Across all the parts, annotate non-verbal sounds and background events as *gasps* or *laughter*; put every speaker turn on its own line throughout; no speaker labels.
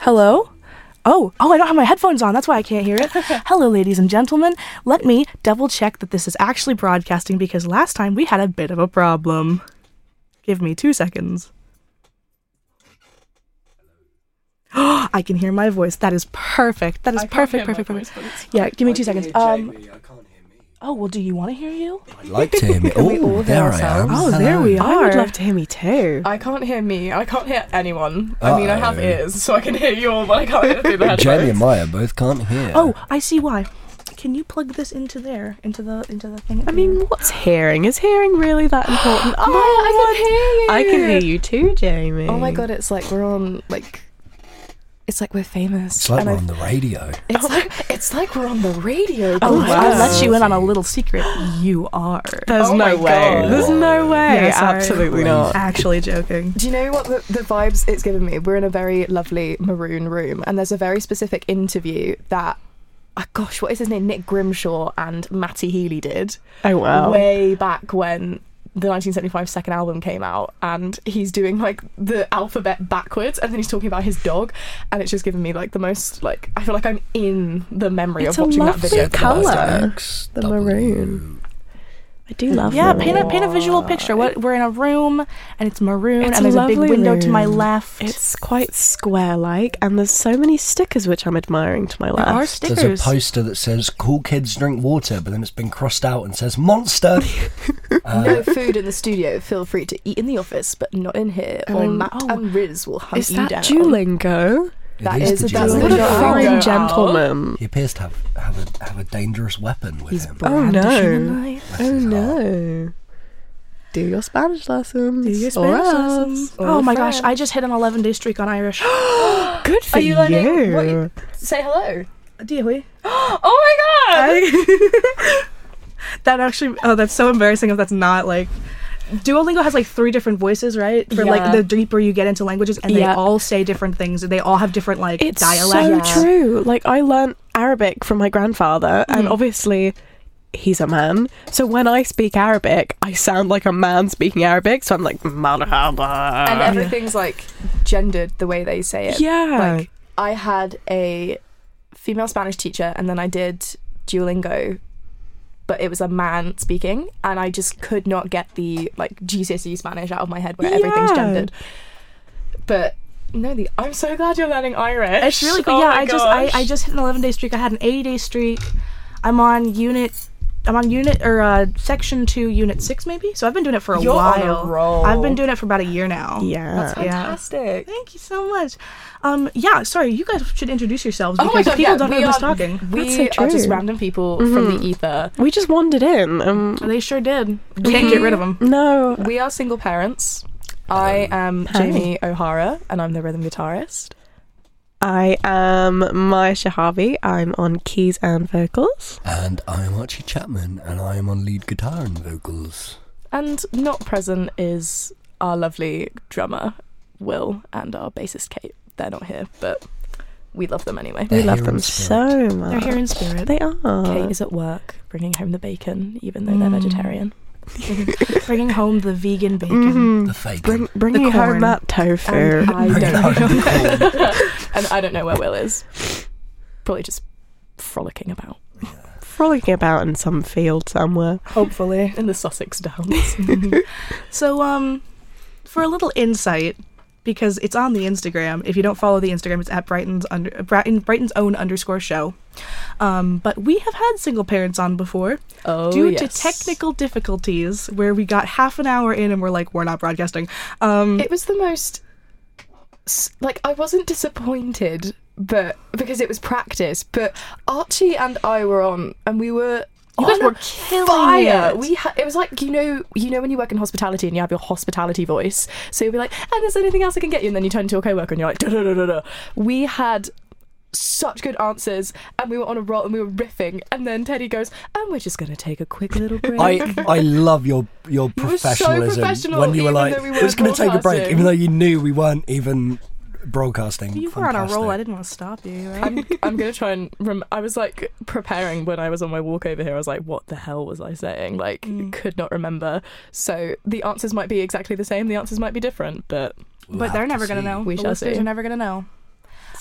Hello? Oh, oh, I don't have my headphones on. That's why I can't
*laughs*
hear it. Hello, ladies and gentlemen. Let me double check that this is actually broadcasting because last time we had a bit of a problem. Give me two seconds. *gasps* I can hear my voice. That is perfect. That is
I can't
perfect,
hear my
perfect, perfect.
voice, but it's-
Yeah, give me two
I can
seconds.
hear
Um,
Jamie, I can't hear me.
oh, well, do you want to hear you?
I'd like to hear me.
we all
Oh,
hear
there I am.
ourselves?
Oh, there we are.
I would love to hear me too.
I can't hear me. I can't hear anyone. I mean, I have
Uh-oh.
ears, so I can hear you all, but I can't hear through the headphones.
Jamie and Maya both can't hear.
Oh, I see why. Can you plug this into there, into the into the thing?
I mean, what's hearing? Is hearing really
*gasps*
that important? Oh
Maya, I
I
can hear you.
can hear you too, Jamie.
Oh my god, it's like we're on like. It's like we're famous.
it's like
and
we're
I-
on the radio.
it's like it's like we're on the radio.
Oh,
guys.
I let you in on a little secret. You are.
There's
Oh my
no way.
God.
There's no way.
Yeah, sorry.
Absolutely not.
Actually joking.
Do you know what the, the vibes it's given me? We're in a very lovely maroon room, and there's a very specific interview that, oh gosh, what is his name? Nick Grimshaw and Matty Healy did
Oh wow.
way back when the 1975 second album came out, and he's doing like the alphabet backwards, and then he's talking about his dog, and it's just given me like the most like I feel like I'm in the memory
It's a
of watching that
lovely
video. *laughs*
colour.
X,
The
W.
maroon. I do love.
Yeah,
that.
paint a paint a visual picture. What we're in a room and it's maroon
It's
and
a
there's a big
lovely
window to my
room.
left.
It's quite square-like, and there's so many stickers which I'm admiring to my left.
are
There's
stickers.
a poster that says "Cool kids drink water," but then it's been crossed out and says "Monster."
*laughs* No food in the studio. Feel free to eat in the office, but not in here. Or
Um,
Matt
oh.
and Riz will hunt
Is
you
that
down.
Duolingo?
It
That is
the
a- that's
Duolingo.
What
What
a
a
Duolingo. fine
fine
Duolingo.
gentleman.
He appears to have have a have a dangerous weapon with him.
Oh,
brandishing
no.
a knife.
Bless
Oh
his heart.
no. Do your Spanish lessons.
Do your
or
Spanish
else.
lessons.
Or
Oh my gosh,
French.
I just hit an 11 day streak on
*gasps*
Irish. *gasps*
Good for
Are you learning what
you.
you- Say hello.
Dearly.
*gasps* Oh my god!
that actually, oh, that's so embarrassing if that's not like. Duolingo has like three different voices, right? For like
Yeah.
the deeper you get into languages, and they
Yeah.
all say different things. They all have different like
It's
dialects.
so true. Like I learnt Arabic from my grandfather, and
Mm.
obviously he's a man. So when I speak Arabic, I sound like a man speaking Arabic. So I'm like marhaba. *laughs*
and everything's like gendered the way they say it.
yeah.
Like I had a female Spanish teacher and then I did Duolingo but it was a man speaking and I just could not get the like GCSE E Spanish out of my head where everything's
Yeah.
gendered. But no, the I'm so glad you're learning Irish.
It's really cool.
Oh
yeah,
my
I just I,
gosh.
I just hit an 11 day streak. I had an 80 day streak. I'm on unit. I'm on unit or uh, section two, unit six, maybe. So I've been doing it for a
You're on a
while.
roll.
I've been doing it for about a year now.
yeah.
That's
yeah.
fantastic.
Thank you so much. Um, yeah. Sorry, you guys should introduce yourselves
Oh
because
my god,
people
yeah,
don't
we
know who's
are,
talking.
We
That's so
are just
true.
random people from
Mm-hmm.
the ether.
we just wandered in. Um,
They sure did. Can't get rid of them.
no.
We are single parents. I am
Hi.
Jamie O'Hara, and I'm the rhythm guitarist.
I am Maya Shahavi. I'm on keys and vocals.
And I'm Archie Chapman, and I am on lead guitar and vocals.
And not present is our lovely drummer, Will, and our bassist, Kate. They're not here, but we love them anyway.
We
They're
love
here
them
in spirit.
so much.
They're here in spirit.
They are.
Kate is at work bringing home the bacon, even though they're
Mm.
vegetarian.
Bringing home the vegan bacon.
Mhm.
The fake.
Bring, bring
The
you
corn.
home that tofu.
And
*laughs*
I
Bring
don't
it home, the corn.
know. *laughs* and I don't know where Will is. Probably just frolicking about
frolicking about in some field somewhere.
Hopefully.
*laughs* in the Sussex Downs.
So, um, for a little insight, because it's on the Instagram. If you don't follow the Instagram, it's at Brighton's under Brighton, Brighton's own underscore show. Um, but we have had single parents on before
oh,
due to
yes.
technical difficulties, where we got half an hour in and we're like, we're not broadcasting. Um,
It was the most. s- Like, I wasn't disappointed, but because it was practice, but Archie and I were on, and we were.
you guys
on a
were killing
fire.
it.
We ha- it was like you know you know when you work in hospitality and you have your hospitality voice. So you'll be like, and there's anything else I can get you, and then you turn to your coworker and you're like, da da da da da. We had such good answers, and we were on a roll and we were riffing, and then Teddy goes, and we're just gonna take a quick
*laughs*
little break. *laughs*
I, I love your your
You were so
professionalism
professional,
when you were
even
like
though we
"We're just going to take a break,
broadcasting."
even though you knew we weren't even broadcasting.
you were on a roll. I
Fantastic.
didn't want to stop you. Right?
I'm, I'm gonna try and. Rem- I was like preparing when I was on my walk over here. I was like, "What the hell was I saying?" Like, could not remember. So the answers might be exactly the same. The answers might be different, but
We'll
but they're
have to
never gonna
see.
know.
We
the
shall
listeners
see.
are never gonna know.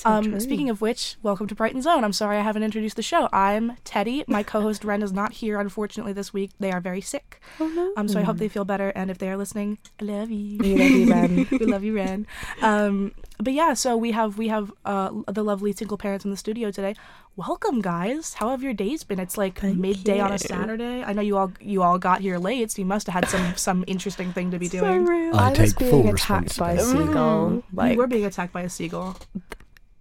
um, speaking of which, welcome to Brighton Zone. I'm sorry I haven't introduced the show. I'm Teddy. *laughs* My co-host Ren is not here, unfortunately, this week. They are very sick.
Oh,
Um, so I *laughs* hope they feel better. And if they are listening, I love you. *laughs*
We love you, Ren.
we love you, Ren. Um, but yeah, so we have we have uh, the lovely single parents in the studio today. Welcome, guys. How have your days been? It's like midday on a Saturday. I know you all you all got here late, so you must have had *laughs* some some interesting thing to be doing.
I
was
take
being
full
attacked by a
responsibility.
seagull. Like
you were being attacked by a seagull.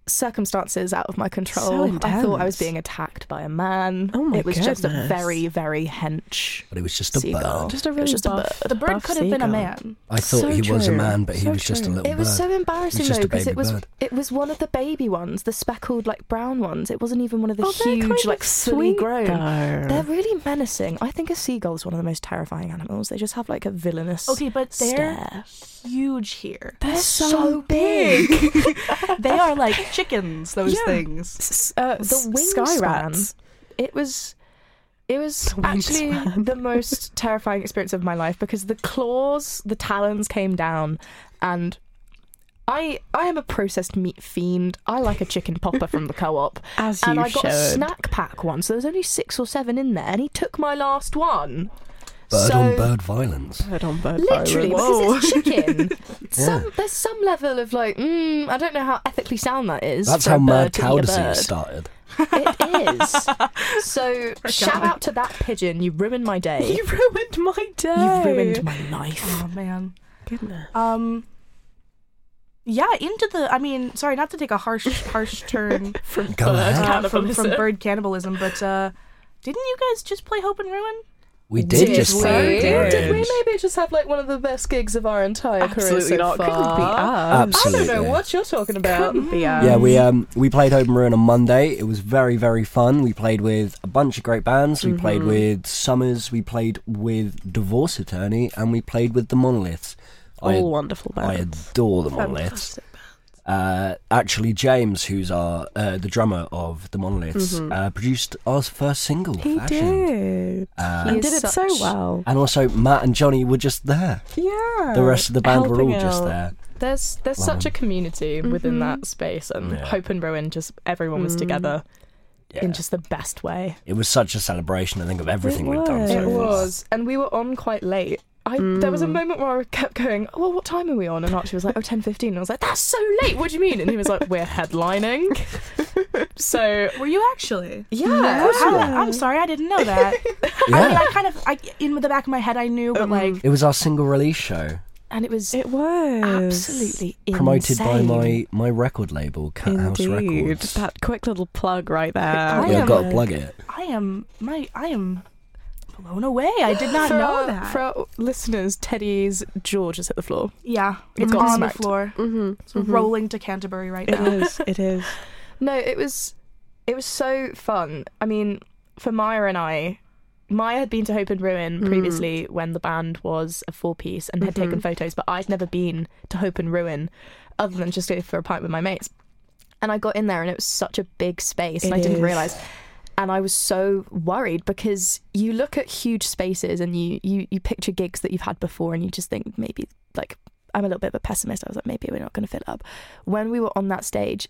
circumstances out of my control.
So
I thought I was
intense.
being attacked by a man.
Oh my
It was just a
goodness.
very, very hench
But it was just a
seagull.
bird.
Just a
It was
really
just
buff-
bird.
The bird
Buff
could have been a
seagull.
man.
I thought
So
he was a
true.
man, but he
So
was just a
true.
little
It
bird.
was so embarrassing
It was just
though
a
because it
baby
was
bird.
it was one of the baby ones, the speckled like brown ones. It wasn't even one of the
Oh, they're
huge
kind
like
of
fully
sweet,
grown.
though.
They're really menacing. I think a seagull is one of the most terrifying animals. They just have like a villainous
Okay, but they're
stare.
huge here.
They're
so
they are like chickens. Those
Yeah.
things.
S- uh,
the
s-
wingspan.
sky rats.
It was it was
The
actually
wingspan.
the
*laughs*
most terrifying experience of my life because the claws, the talons came down and I I am a processed meat fiend. I like a chicken popper from the co-op.
As
and
*laughs* you
I got a
should.
snack pack one, so there was only six or seven in there, and he took my last one.
Bird
so
on
*laughs*
bird violence.
Bird on bird
Literally, because
violence.
it's chicken.
Yeah.
some, there's some level of like, mm, I don't know how ethically sound that is.
That's
for
how
a
mad
bird to
cow
eat a
disease
bird. *laughs*
started.
It *laughs* is. So shout out to that pigeon. Oh, You ruined my day.
*laughs* You ruined my day.
You've ruined my life.
Oh man.
goodness.
Um. Yeah, into the. I mean, sorry, not to take a harsh, harsh turn
From
Go ahead.
uh, from from bird cannibalism, but uh, didn't you guys just play Hope and Ruin?
We did,
Did
just
we?
play it,
Did,
didn't
we
we?
maybe just have like one of the best gigs of our entire career
Absolutely
so
not. Couldn't be
far?
us.
I
Absolutely.
don't know what you're talking about.
Couldn't be us.
Yeah, we um we played Open Ruin on Monday. It was very very fun. We played with a bunch of great bands. We played with Summers. We played with Divorce Attorney, and we played with the Monoliths.
All
I
wonderful
I
bands.
adore the Monoliths. Uh, actually, James, who's our uh, the drummer of the Monoliths, uh, produced our first single.
He
Fashioned.
did.
Uh,
He
He is
did it so
such-
well.
And also, Matt and Johnny were just there.
Yeah.
The rest of the band were all
Oh, helping
just
out.
there.
There's there's
Wow.
such a community within that space, and
Yeah.
Hope and Ruin just everyone was together
Yeah.
in just the best way.
It was such a celebration. I think of everything we've done
was.
so
It
far.
was, and we were on quite late. I, There was a moment where I kept going, "Well, what time are we on?" And Archie was like, "Oh, 10.15. And I was like, "That's so late. What do you mean?" And he was like, "We're *laughs* headlining." so
Were you
*laughs*
actually?
yeah,
How- I'm sorry, I didn't know that. I mean, I kind of, I, in the back of my head, I knew, but like,
It was our single release show,
and it was
It was.
absolutely
promoted by
insane.
my my record label, Cat House
Indeed.
Records.
That quick little plug right there.
I
yeah,
am
I've got to
a-
plug it.
I am my, I am blown away. I did not
for
know
our,
that.
For our listeners, Teddy's jaw just hit the floor.
yeah, it's
got
on the
smacked.
floor.
Mhm,
It's
mhm.
rolling to Canterbury right
It
now.
is. It is.
No, it was it was so fun. I mean, for Maya and I, Maya had been to Hope and Ruin previously when the band was a four piece and had taken photos, but I'd never been to Hope and Ruin other than just go for a pint with my mates. And I got in there and it was such a big space and
It
I didn't
is.
realise and I was so worried because you look at huge spaces and you, you you picture gigs that you've had before and you just think maybe like I'm a little bit of a pessimist. I was like maybe we're not going to fill up. When we were on that stage,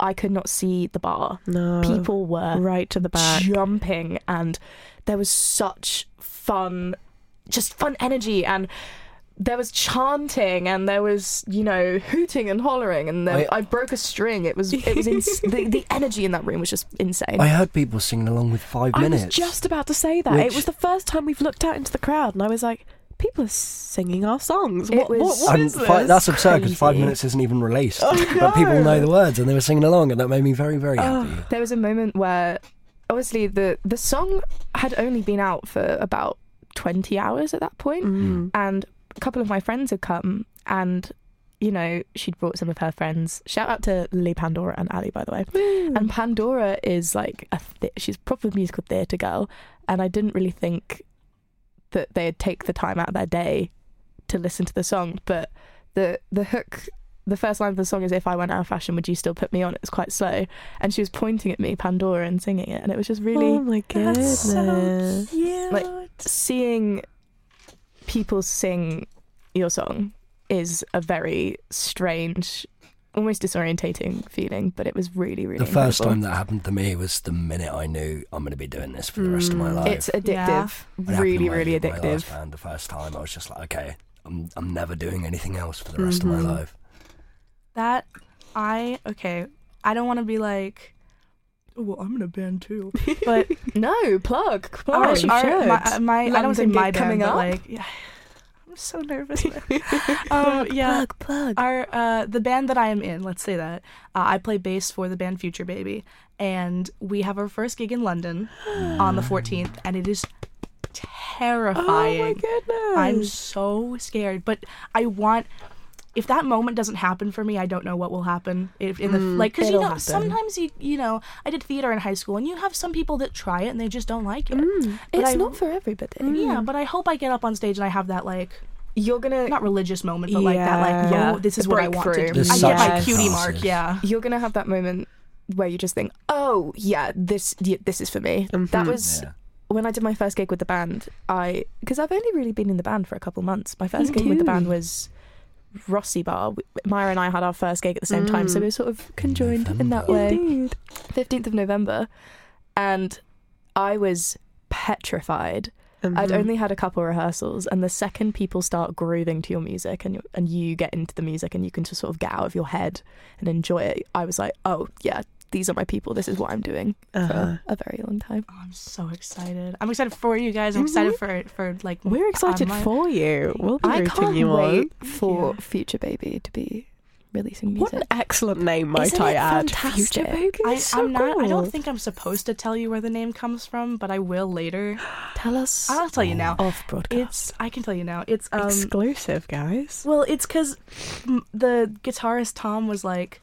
I could not see the bar.
*laughs* No.
People were
right to the back.
jumping and there was such fun just fun energy and there was chanting and there was you know hooting and hollering and there,
I-
I, broke a string it was
*laughs*
it was ins- the, the energy in that room was just insane
I heard people singing along with five
I was
minutes.
just about to say that.
Which-
It was the first time we've looked out into the crowd, and I was like, "People are singing our songs.
It
What?
was-
What? what
And
is this?"
fi- that's absurd because five
Crazy.
minutes isn't even released, but people know the words and they were singing along, and that made me very very happy.
there was a moment where obviously the the song had only been out for about 20 hours at that
Mm.
point and a couple of my friends had come and you know she'd brought some of her friends shout out to Lily Pandora and Ali by the way and Pandora is like a th- she's a proper musical theatre girl and I didn't really think that they'd take the time out of their day to listen to the song but the the hook the first line of the song is if I went out of fashion would you still put me on it's quite slow and she was pointing at me Pandora and singing it and it was just really
Oh my
That's
goodness!
so cute.
Like- seeing people sing your song is a very strange almost disorientating feeling, but it was really, really
The first
incredible.
time that happened to me was the minute I knew I'm going to be doing this for the rest of my life.
It's
Yeah.
addictive,
It happened
really,
when I
really
did my last
addictive.
band the first time, I was just like, okay, I'm I'm never doing anything else for the rest of my
Mhm.
life.
That I okay. I don't want to be like. "Oh, Well, I'm in a band
*laughs*
too, but
No plug, plug. um,
our,
Oh, you
our,
should.
my, uh, my I don't want to say
London
my band,
gig coming
but
up.
like yeah, I'm so
*laughs*
nervous. um, yeah,
Plug, plug.
our uh, the band that I am in, let's say that uh, I play bass for the band Future Baby, and we have our first gig in London on
Ah.
the 14th, and it is
Oh my
terrifying.
goodness.
I'm so scared, but I want. If that moment doesn't happen for me, I don't know what will happen. If in the like, because you
Mm, it'll
know,
happen.
sometimes you you know, I did theater in high school, and you have some people that try it and they just don't like it. But
Mm, it's
I-
not for everybody.
Yeah, but I hope I get up on stage and I have that like
Mm. You're gonna
not religious moment, but like that
Yeah.
like
Yeah.
oh, this is
The
what I want to do.
breakthrough.
I get my
Yes.
cutie mark.
Massive.
Yeah.
you're gonna have that moment where you just think, oh yeah, this yeah, this is for me. That
Mhm.
was
Yeah.
when I did my first gig with the band. I because I've only really been in the band for a couple months. My first
Me
gig with the
too.
band was. Rossi Bar. Myra and I had our first gig at the same time, so
Mm.
we were sort of conjoined in that
November.
way.
Indeed.
15th of November, and I was petrified. I'd
Mhm.
only had a couple rehearsals, and the second people start grooving to your music and you, and you get into the music and you can just sort of get out of your head and enjoy it, I was like, oh, yeah, these are my people. This is what I'm doing
Uh-huh.
for a very long time.
Oh, I'm so excited. I'm excited for you guys. I'm excited
Mm-hmm.
for for like
We're excited
online-
for you. We'll be
I
rooting
can't
you on.
wait for
Yeah.
Future Baby to be releasing
What
music.
an excellent name, might
Isn't
I
it
add.
fantastic?
I,
so
I'm not. I
cool.
don't think I'm supposed to tell you where the name comes from, but I will later.
Tell us
I'll tell you now.
off broadcast.
It's. I can tell you now. It's um.
Exclusive, guys.
Well, it's because the guitarist Tom was like,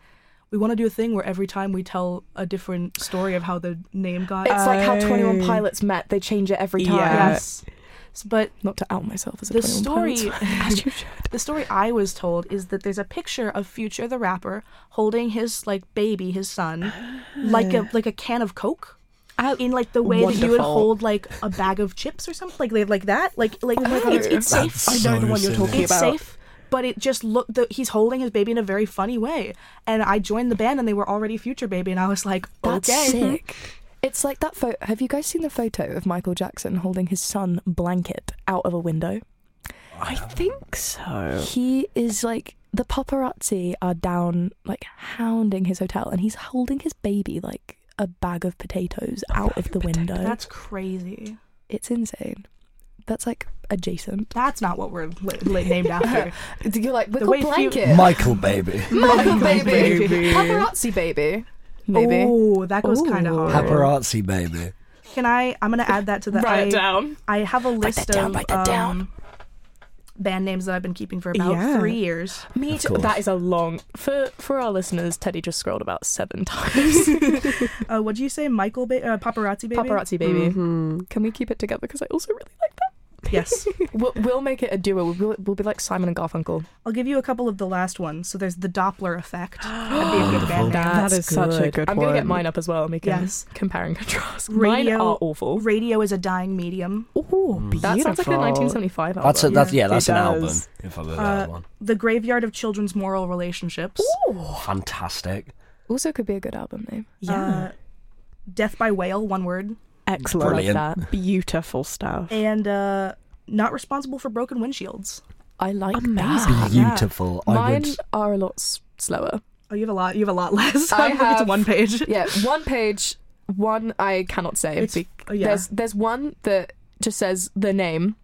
"We want to do a thing where every time we tell a different story of how the name got."
It's like how 21
Oh.
Pilots met. They change it every time.
Yeah.
yes. S- But
Not to out myself as a
the
21
story,
Pilots. *laughs*
As you should.
the story I was told is that there's a picture of Future the rapper holding his like baby, his son, like a like a can of Coke. in like the way that you would
wonderful.
hold like a bag of chips or something, like they like that, like like it's, it's safe.
That's I know the so one you're silly. talking
it's safe, but it just look. The, he's holding his baby in a very funny way, and I joined the band, and they were already future baby, and I was like,
That's
okay,
sick. It's like that photo. Have you guys seen the photo of Michael Jackson holding his son blanket out of a window?
I think so.
He is like the paparazzi are down, like hounding his hotel, and he's holding his baby like a bag of potatoes out of the window.
that's crazy.
it's insane. That's like *laughs* adjacent.
That's not what we're li- li- named
*laughs*
after.
You're like
The way few-
Michael baby.
Michael baby.
Baby.
paparazzi baby, maybe.
Oh, that goes kind of
Ooh.
hard.
Paparazzi baby.
Can I? I'm gonna add that to the. I,
down.
I have a list
that down,
of
write that down.
um, band names that I've been keeping for about
Yeah.
three years.
Me
Of
too.
course.
That is a long for for our listeners. Teddy just scrolled about seven *laughs* times.
Uh, what do you say, Michael? Ba- uh, paparazzi baby.
Paparazzi baby.
Mm-hmm.
Can we keep it together? Because I also really like that.
Yes. *laughs*
we'll, we'll make it a duo. We'll, we'll be like Simon and Garfunkel.
I'll give you a couple of the last ones. So there's the Doppler *gasps* effect. That'd be a good
Oh,
band name.
That is such a good
I'm gonna get
one.
mine up as well. and We can
Yes.
compare and contrast. Mine
Radio-
are awful.
Radio is a dying medium.
Oh, beautiful.
That sounds like a 1975 album.
Mm. That's a, that's yeah,
it
that's an album.
does.
If I've ever
Uh,
heard one,
The Graveyard of Children's Moral Relationships. Uh,
Oh, fantastic.
also could be a good album name.
Yeah.
Uh, Death by Whale, one word.
Excellent.
Brilliant.
Like that.
Beautiful stuff.
And uh, Not Responsible for Broken Windshields.
I like
Amazing.
that.
Beautiful. I
Ah, Mine
would.
are a lot s- slower.
Oh, you have a lot. You have a lot less. *laughs*
I
I think it's
have-
one *laughs* page.
Yeah, one page. One I cannot say.
It's-
be-
oh, yeah.
There's there's one that just says the name,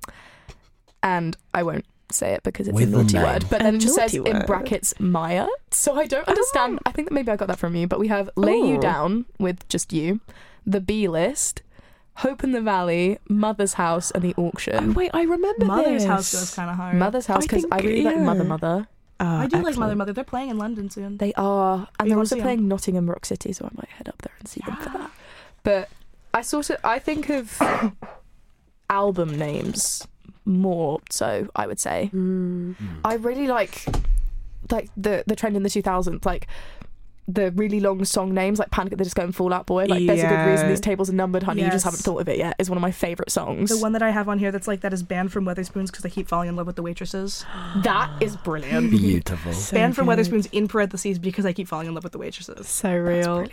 and I won't say it because it's
With
a
the
naughty
name.
word. But
A
then it just says
naughty
in
word.
brackets Maya. So I don't understand. Oh. I think that maybe I got that from you. But we have lay you
Ooh.
down with just you, the B list, hope in the valley, mother's house, and the
Oh,
auction.
wait, I remember
Mother's
this.
House goes kind of hard.
Mother's house because I,
think-
really like mother
yeah.
mother.
Ah,
I do like
excellent.
Mother Mother. They're playing in London soon. *gasps*
They are, and
You
they're
wanna
also
see 'em?
playing Nottingham Rock City, so I might head up there and see them for that. But I sort of I think of *coughs* album names more, so I would say
Mm.
I really like like the the trend in the 2000s, like the really long song names like Panic at the Disco and Fallout Boy. Like there's a good
Yeah.
reason these tables are numbered, honey. You just
Yes.
haven't thought of it yet. Is one of my favorite songs.
The one that I have on here that's like that is banned from Weatherspoons because I keep falling in love with the waitresses.
that is brilliant.
Beautiful.
banned from Weatherspoons in parentheses because I keep falling in love with the waitresses.
So real.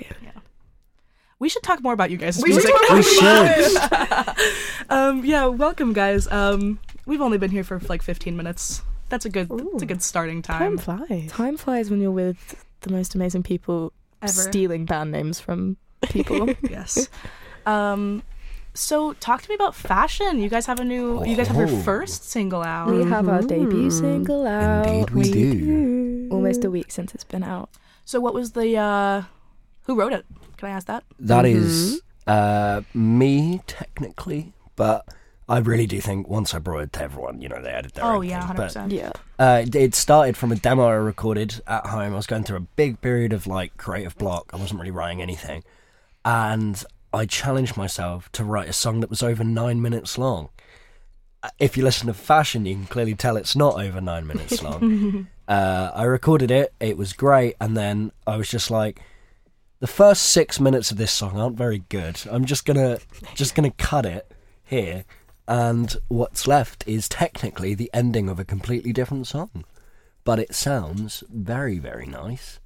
We should talk more about you guys.
We should
music.
talk
We should.
*laughs* Um, yeah, welcome guys. Um, we've only been here for like 15 minutes. That's a good. That's a good starting
Time
time.
flies.
Time flies when you're with the most amazing people
Ever.
stealing band names from
*laughs*
people.
yes. Um, so talk to me about fashion. You guys have a new. You guys have your
Oh.
first single out.
we have our
Mm-hmm.
debut
Mhm.
single out.
Indeed, we do.
Almost a week since it's been out.
So what was the? Uh, who wrote it? Can I ask that?
That is uh, me technically, but I really do think once I brought it to everyone, you know, they added their
oh
own
yeah,
thing,
100.
but
percent
Yeah.
Uh, it- it started from a demo I recorded at home. I was going through a big period of like creative block. I wasn't really writing anything, and I challenged myself to write a song that was over nine minutes long. Uh, If you listen to Fashion, you can clearly tell it's not over nine minutes long. uh, I recorded it. It was great, and then I was just like, the first six minutes of this song aren't very good. I'm just gonna just gonna cut it here, and what's left is technically the ending of a completely different song, but it sounds very very nice.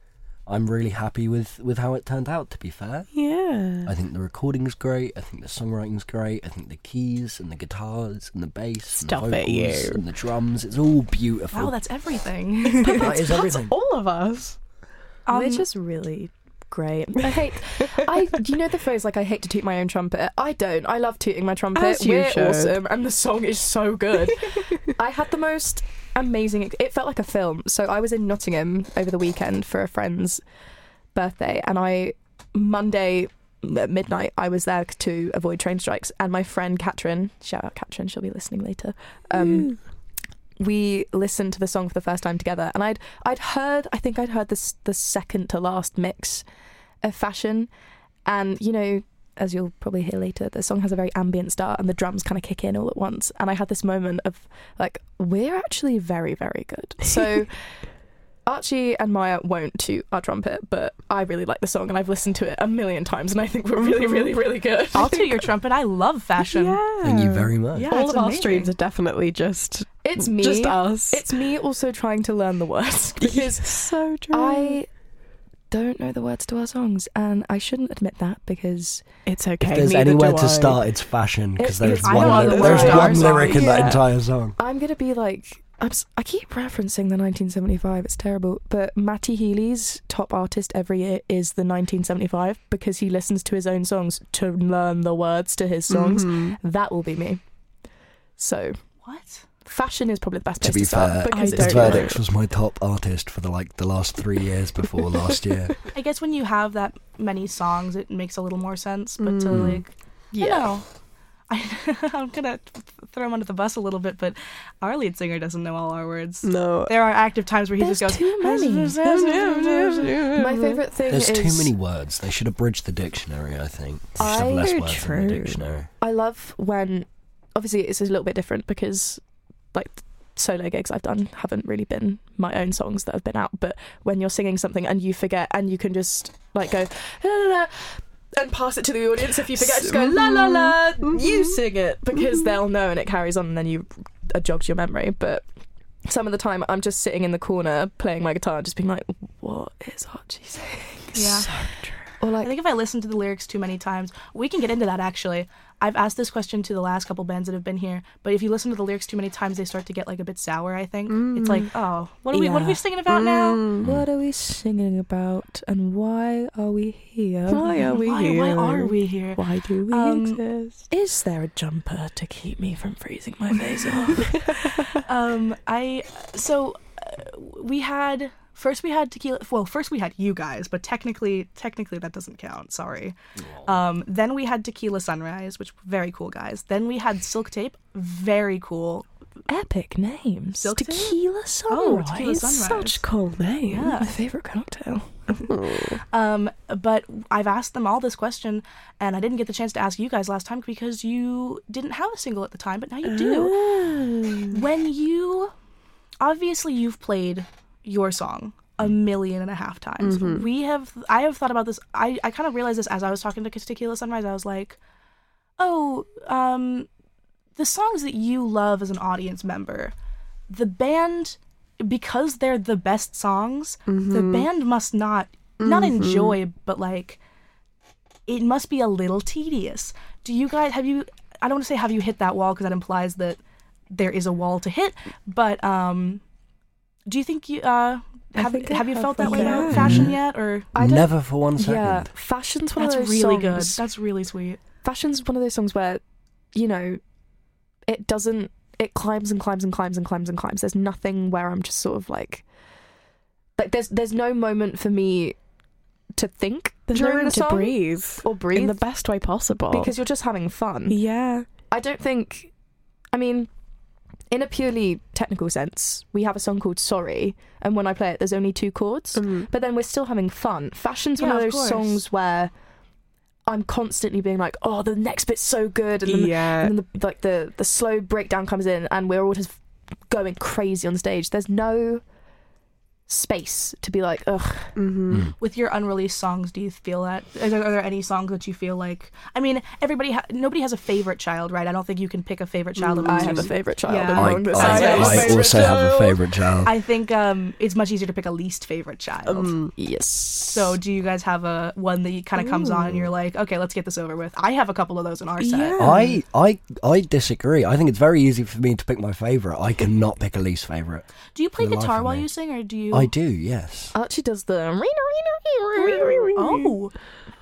I'm really happy with with how it turned out. To be fair,
Yeah.
I think the recording's great. I think the songwriting's great. I think the keys and the guitars and the bass,
Stop
and the
it,
vocals
you.
and the drums—it's all beautiful.
Wow, that's everything.
that is everything.
All of us.
Um,
We're just really great. Um, I hate. I do you know the phrase like I hate to toot my own trumpet. I don't. I love tooting my trumpet.
As you
We're
should.
awesome, and the song is so good. I had the most amazing. ex- It felt like a film. So I was in Nottingham over the weekend for a friend's birthday, and I Monday at midnight I was there to avoid train strikes, and my friend Katrin, shout out Katrin, she'll be listening later. Um, we listened to the song for the first time together, and I'd I'd heard I think I'd heard this the second to last mix of Fashion, and you know as you'll probably hear later, the song has a very ambient start, and the drums kind of kick in all at once, and I had this moment of like we're actually very very good. So. Archie and Maya won't toot our trumpet, but I really like the song and I've listened to it a million times and I think we're really, really, really good.
I'll toot your trumpet. I love fashion.
Yeah.
Thank you very much.
Yeah,
All
it's
of our
amazing.
streams are definitely just
It's me.
just us.
It's me also trying to learn the words because
*laughs* so true.
I don't know the words to our songs, and I shouldn't admit that because
it's okay.
If there's
neither
anywhere
do
to
I.
start, it's fashion
It's-
because there's
it's- I
one
know
lyric,
the
there's
words.
one
Yeah.
lyric in that
Yeah.
entire song.
I'm gonna be like I'm, s- I keep referencing the 1975. It's terrible, but Matty Healy's top artist every year is the 1975 because he listens to his own songs to learn the words to his songs.
Mhm.
That will be me. So
What?
fashion is probably the best
To
place
be
start
fair,
because
I
it's
The
don't
very-
know.
verdict was my top artist for the like the last three years before last year.
I guess when you have that many songs, it makes a little more sense. But to
Mm.
like, you know, *laughs* I, I'm gonna th- throw him under the bus a little bit, but our lead singer doesn't know all our words.
No.
There are active times where he
There's
just goes.
too many. My
*laughs* My
favorite thing
There's
is
too many words. They should abridge the dictionary. I think. They should
I-
have less
Very
words
true.
in the dictionary.
I love when obviously it's a little bit different because like solo gigs I've done haven't really been my own songs that have been out, but when you're singing something and you forget and you can just like go la la la and pass it to the audience if you forget just go la la la you sing it because they'll know and it carries on and then you uh, jogs your memory but some of the time I'm just sitting in the corner playing my guitar and just being like what is Archie saying
Yeah.
*laughs* or
I
like
think if I listen to the lyrics too many times, we can get into that actually. I've asked this question to the last couple bands that have been here, but if you listen to the lyrics too many times, they start to get like a bit sour. I think it's
Mm.
like, oh, what are we, what are
Yeah.
we singing about now?
What are we singing about and why are we here?
Why are we
why,
here?
Why are we here?
*laughs*
Why do we
Um,
exist?
Is there a jumper to keep me from freezing my *laughs* face off?
um i so uh, we had first we had tequila well first we had you guys but technically technically that doesn't count sorry um then we had tequila sunrise which very cool guys then we had silk tape very cool
Epic names.
Silk Tape?
tequila sunrise.
Oh, Tequila Sunrise.
Such cool name.
Yeah.
My favorite cocktail.
um but i've asked them all this question and i didn't get the chance to ask you guys last time because you didn't have a single at the time but now you do when you obviously you've played your song a million and a half times. We have I have thought about this I, I kind of realized this as I was talking to Tequila Sunrise. I was like, "Oh, um the songs that you love as an audience member, the band because they're the best songs, the
Mm-hmm.
band must not not enjoy but like it must be a little tedious. Do you guys have you? I don't want to say have you hit that wall because that implies that there is a wall to hit. But um, do you think you uh have
think I
have you
have Mm-hmm.
felt
one
that way
down.
about fashion yet? Or
I don't-
Never for one second.
Yeah, fashion's one
that's
of those
really good.
songs.
That's really sweet.
Fashion's one of those songs where, you know, it doesn't. It climbs and climbs and climbs and climbs and climbs. There's nothing where I'm just sort of like, like there's there's no moment for me to think
There's no
during
room
the
to
song
breathe
or breathe
in the best way possible.
because you're just having fun.
yeah,
I don't think. I mean, in a purely technical sense, we have a song called Sorry, and when I play it, there's only two chords,
Mm.
but then we're still having fun. Fashion's
Yeah,
one of
of
those
course.
songs where I'm constantly being like, oh, the next bit's so good, and then,
yeah.
and then the, like the, the slow breakdown comes in, and we're all just going crazy on stage. There's no space to be like, ugh,
mm-hmm.
Hmm.
With your unreleased songs, do you feel that? Are there, are there any songs that you feel like? I mean, everybody, ha- nobody has a favorite child, right? I don't think you can pick a favorite child. amongst
Mm, I have a
yours.
favorite child.
Yeah.
and
I,
wrong this
I-
is it."
I-
I, I
Favorite
also have a
child.
favourite child.
I think um, it's much easier to pick a least favorite child.
Mm.
Um, yes.
So, do you guys have a one that you kind of comes on and you're like, okay, let's get this over with? I have a couple of those in our set.
Yeah.
I, I I disagree. I think it's very easy for me to pick my favourite. I cannot pick a least favourite.
Do you play
The life
guitar
of
while
me.
you sing, or do you?
I do, yes.
Archie does the.
Oh,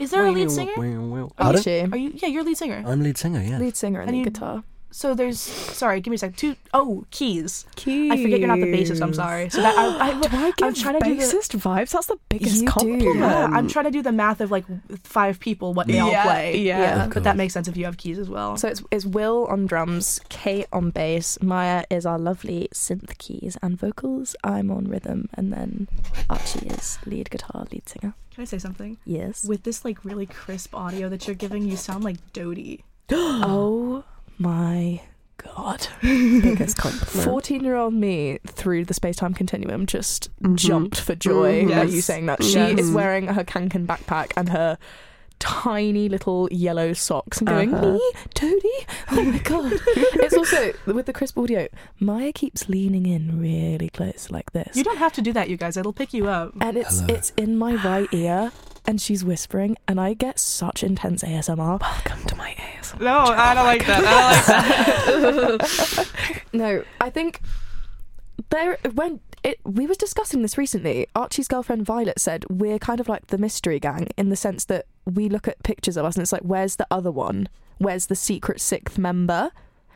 is there a lead singer?
Pardon?
Archie.
Are you? Yeah, you're lead
Uh,
singer.
I'm lead singer, yeah.
lead singer and
And
lead
you-
guitar.
So there's. Sorry, give me a sec. Two. Oh, keys. I forget you're not the bassist. I'm sorry. So that I, I,
Do Oh, I give
I'm trying to do the.
bassist vibes? That's the biggest
You do.
compliment.
Yeah, I'm trying to do the math of like five people what they all
Yeah,
play.
yeah. *gasps*
Yeah.
Of
but
course.
that makes sense if you have keys as well.
So it's, it's Will on drums, Kate on bass, Maya is our lovely synth keys and vocals, I'm on rhythm, and then Archie is lead guitar, lead singer.
Can I say something?
Yes. *gasps*
With this like really crisp audio that you're giving, you sound like Dodie.
oh my god.
biggest
*laughs*
compliment.
14 year old me through the space time continuum just
Mhm.
jumped for joy
Mhm.
at
Yes.
you saying that. She
Yes.
is wearing her Kanken backpack and her tiny little yellow socks and going,
Uh-huh.
Me, Toadie? Oh my god. it's also with the crisp audio, Maya keeps leaning in really close like this.
You don't have to do that, you guys. It'll pick you up.
and it's
Hello.
it's in my right ear and she's whispering and I get such intense ASMR.
Welcome to my ASMR.
No, I don't like that. I don't like that. *laughs*
*laughs*
No, I think there when it we were discussing this recently. Archie's girlfriend Violet said we're kind of like the mystery gang in the sense that we look at pictures of us and it's like, where's the other one? Where's the secret sixth member?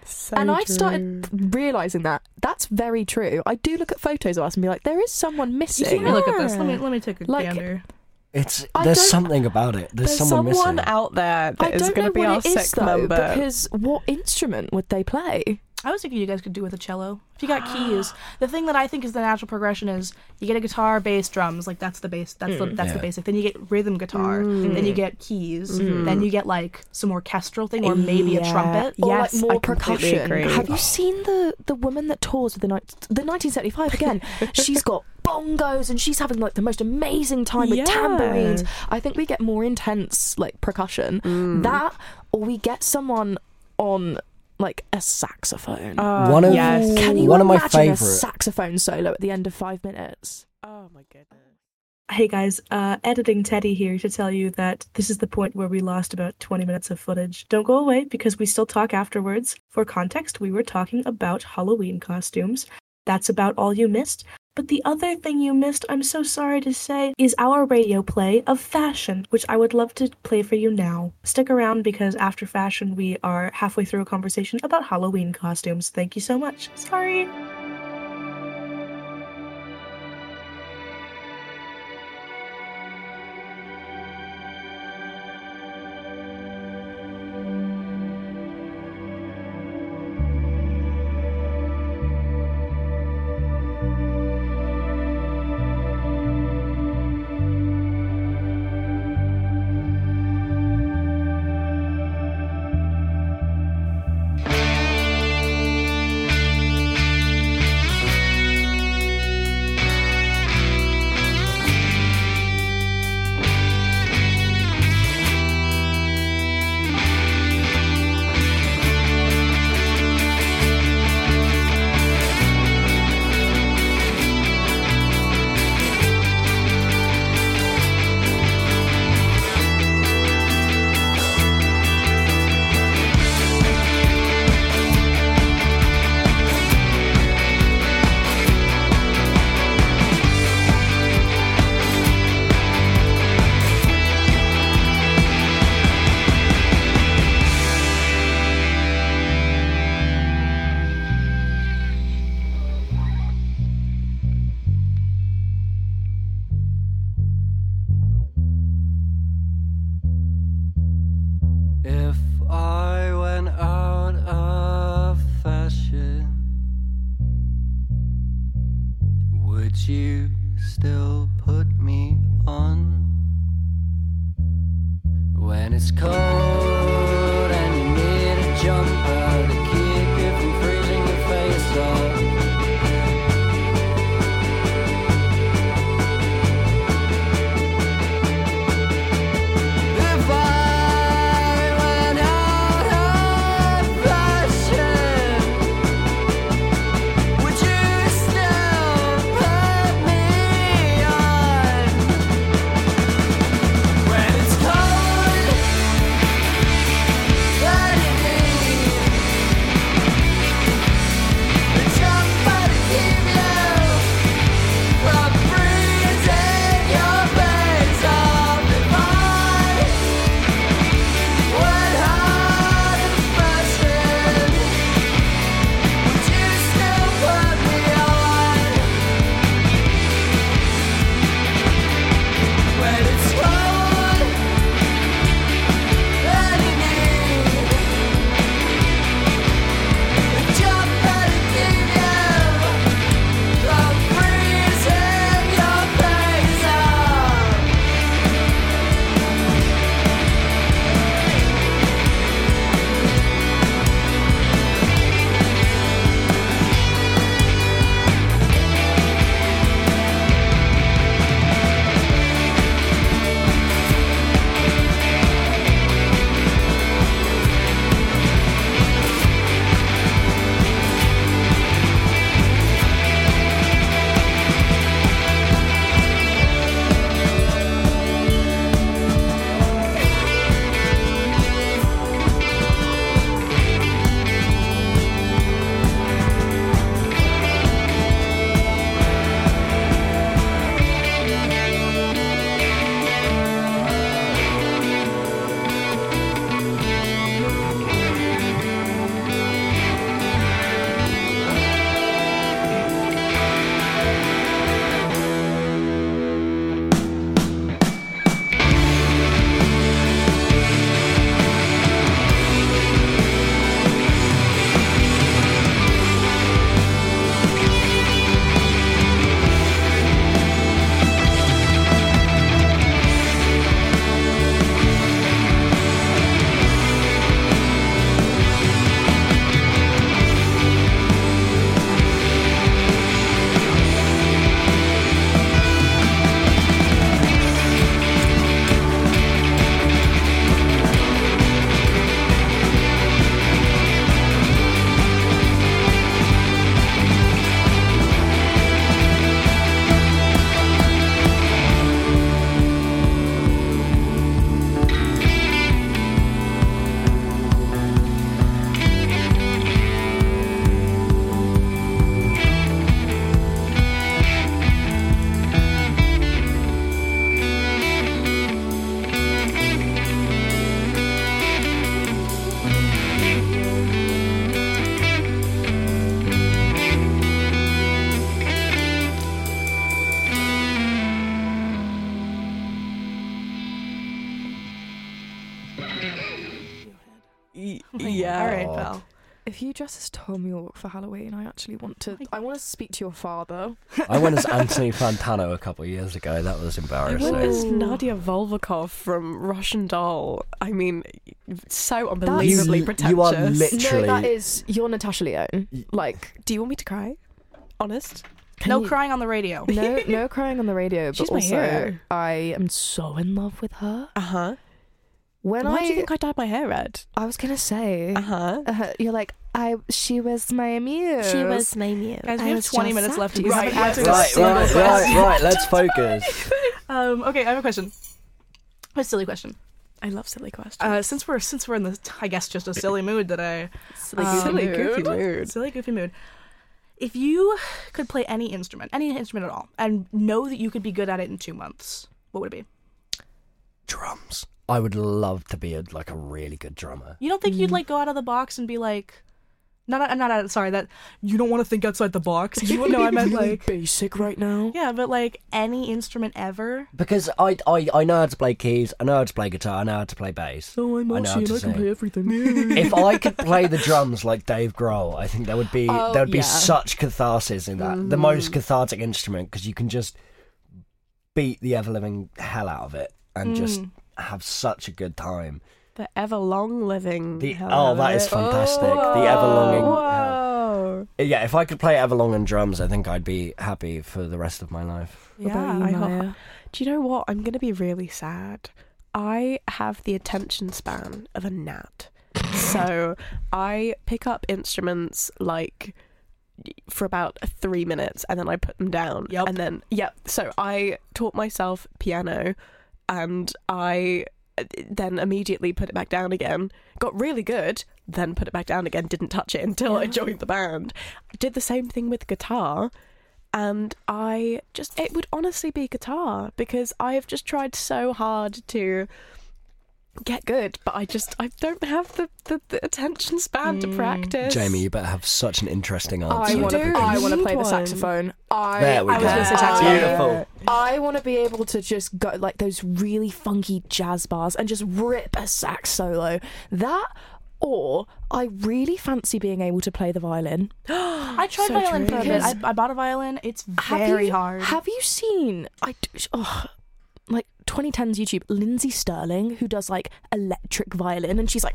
So
and I
true.
started realizing that that's very true. I do look at photos of us and be like, there is someone
You
missing.
can look at this. Let me let me take a
Like-
gander.
It's
I
there's
don't-
something about it. There's,
There's
someone,
someone,
missing.
out there
I
that is
don't
going
know
to be
what
our
it is
sixth
though,
member.
because what instrument would they play?
I was thinking you guys could do with a cello. If you *gasps* got keys, the thing that I think is the natural progression is you get a guitar, bass, drums. Like that's the bass. That's the that's the
Hmm. Yeah.
basic. Then you get rhythm guitar. Then you get keys.
Hmm.
Then you get like some orchestral thing or maybe a
Yeah.
trumpet.
or
Yes,
like more
I completely
percussion.
agree.
Have you seen the the woman that tours with the ni- the 1975
*laughs*
again? she's got bongos and she's having like the most amazing time with
Yeah.
tambourines. I think we get more intense like percussion
Mm.
that, or we get someone on like a saxophone.
Uh,
One of-
yes.
Can you
One of my
imagine a
favourite-
saxophone solo at the end of five minutes?
Oh my goodness.
Hey guys, uh, editing Teddy here to tell you that this is the point where we lost about 20 minutes of footage. Don't go away because we still talk afterwards. For context, we were talking about Halloween costumes. That's about all you missed. But the other thing you missed, I'm so sorry to say, is our radio play of fashion, which I would love to play for you now. Stick around because after fashion, we are halfway through a conversation about Halloween costumes. Thank you so much. Sorry.
it's cold and you need a jumper to keep you from freezing your face off. If I ran out of passion, would you still put me on? When it's cold, burning me, the jumper to keep you from freezing your face off. If I
*laughs*
went out of fashion, would you still put me on? When it's cold, burning me, the jumper to keep you from freezing your face off.
yeah.
All right, pal.
If you dress as Tom York for Halloween, I actually want to. I want to speak to your father.
I went as Anthony Fantano a couple of years ago. That was
When
embarrassing.
is Nadia Volvikov from Russian Doll? I mean, so unbelievably
unbelievably
pretentious.
you are pretentious. lit-
No, that
Literally-
is you're Natasha Leone. Like
Do you want me to cry? Honest?
can
No
you-
crying on the radio.
*laughs*
No, no crying on the radio. But
She's my
also,
hero.
I am so in love with her.
Uh huh.
When
Why
I,
do you think I dyed my hair red?
I was gonna say,
Uh huh.
uh, you're like I. She was my muse.
my muse.
Guys, we
I
have
was
20
just
minutes
up
left. and
to
We
you.
haven't
Right,
answered a
Right,
single
right, right,
question.
right. Let's focus.
Um, okay, I have a question. A silly question.
I love silly questions.
Uh, since we're since we're in this, I guess just a silly mood today.
silly,
um,
silly goofy mood.
Silly goofy mood. If you could play any instrument, any instrument at all, and know that you could be good at it in two months, what would it be?
Drums. I would love to be a, like a really good drummer.
You don't think
Hmm.
you'd like go out of the box and be like, not not out. Sorry, that you don't want to think outside the box. You know, I meant like
basic right now.
yeah, but like any instrument ever.
Because I, I, I know how to play keys, I know how to play guitar, I know how to play bass.
Oh, I'm
I know how to sing.
everything.
if I could play the drums like Dave Grohl, I think there would be
Oh,
there would be
yeah.
such catharsis in that. The most cathartic instrument because you can just
Mm. Hmm.
beat the ever living hell out of it and just have such a good time.
The ever long living.
The
Mm, hell
oh,
of
that
it. Oh,
is fantastic. the everlonging. hell.
Whoa.
Yeah, if I could play everlong on drums, I think I'd be happy for the rest of my life.
What about you, Maya? Do you know what? I'm going to be really sad. I have the attention span of a gnat. so I pick up instruments like for about three minutes and then I put them down.
Yup.
And then, yeah. So I taught myself piano and I uh, then immediately put it back down again. Got really good, then put it back down again. Didn't touch it until I joined the band. Did the same thing with guitar and I just it would honestly be guitar because I have just tried so hard to get good, but I just I don't have the the, the attention span to practice.
Jamie, you better have such an interesting
I
answer.
want to.
do.
I want to
need
play the
one.
saxophone. I.
*laughs* There we
I
go.
was gonna say saxophone.
Beautiful.
I want to be able to just go like those really funky jazz bars and just rip a sax solo. That or I really fancy being able to play the violin.
I tried
So
violin for a
true.
bit. I, I bought a violin. It's
Have
very
you-
hard.
Have you seen I d- oh, like 2010s YouTube Lindsay Sterling who does like electric violin and she's like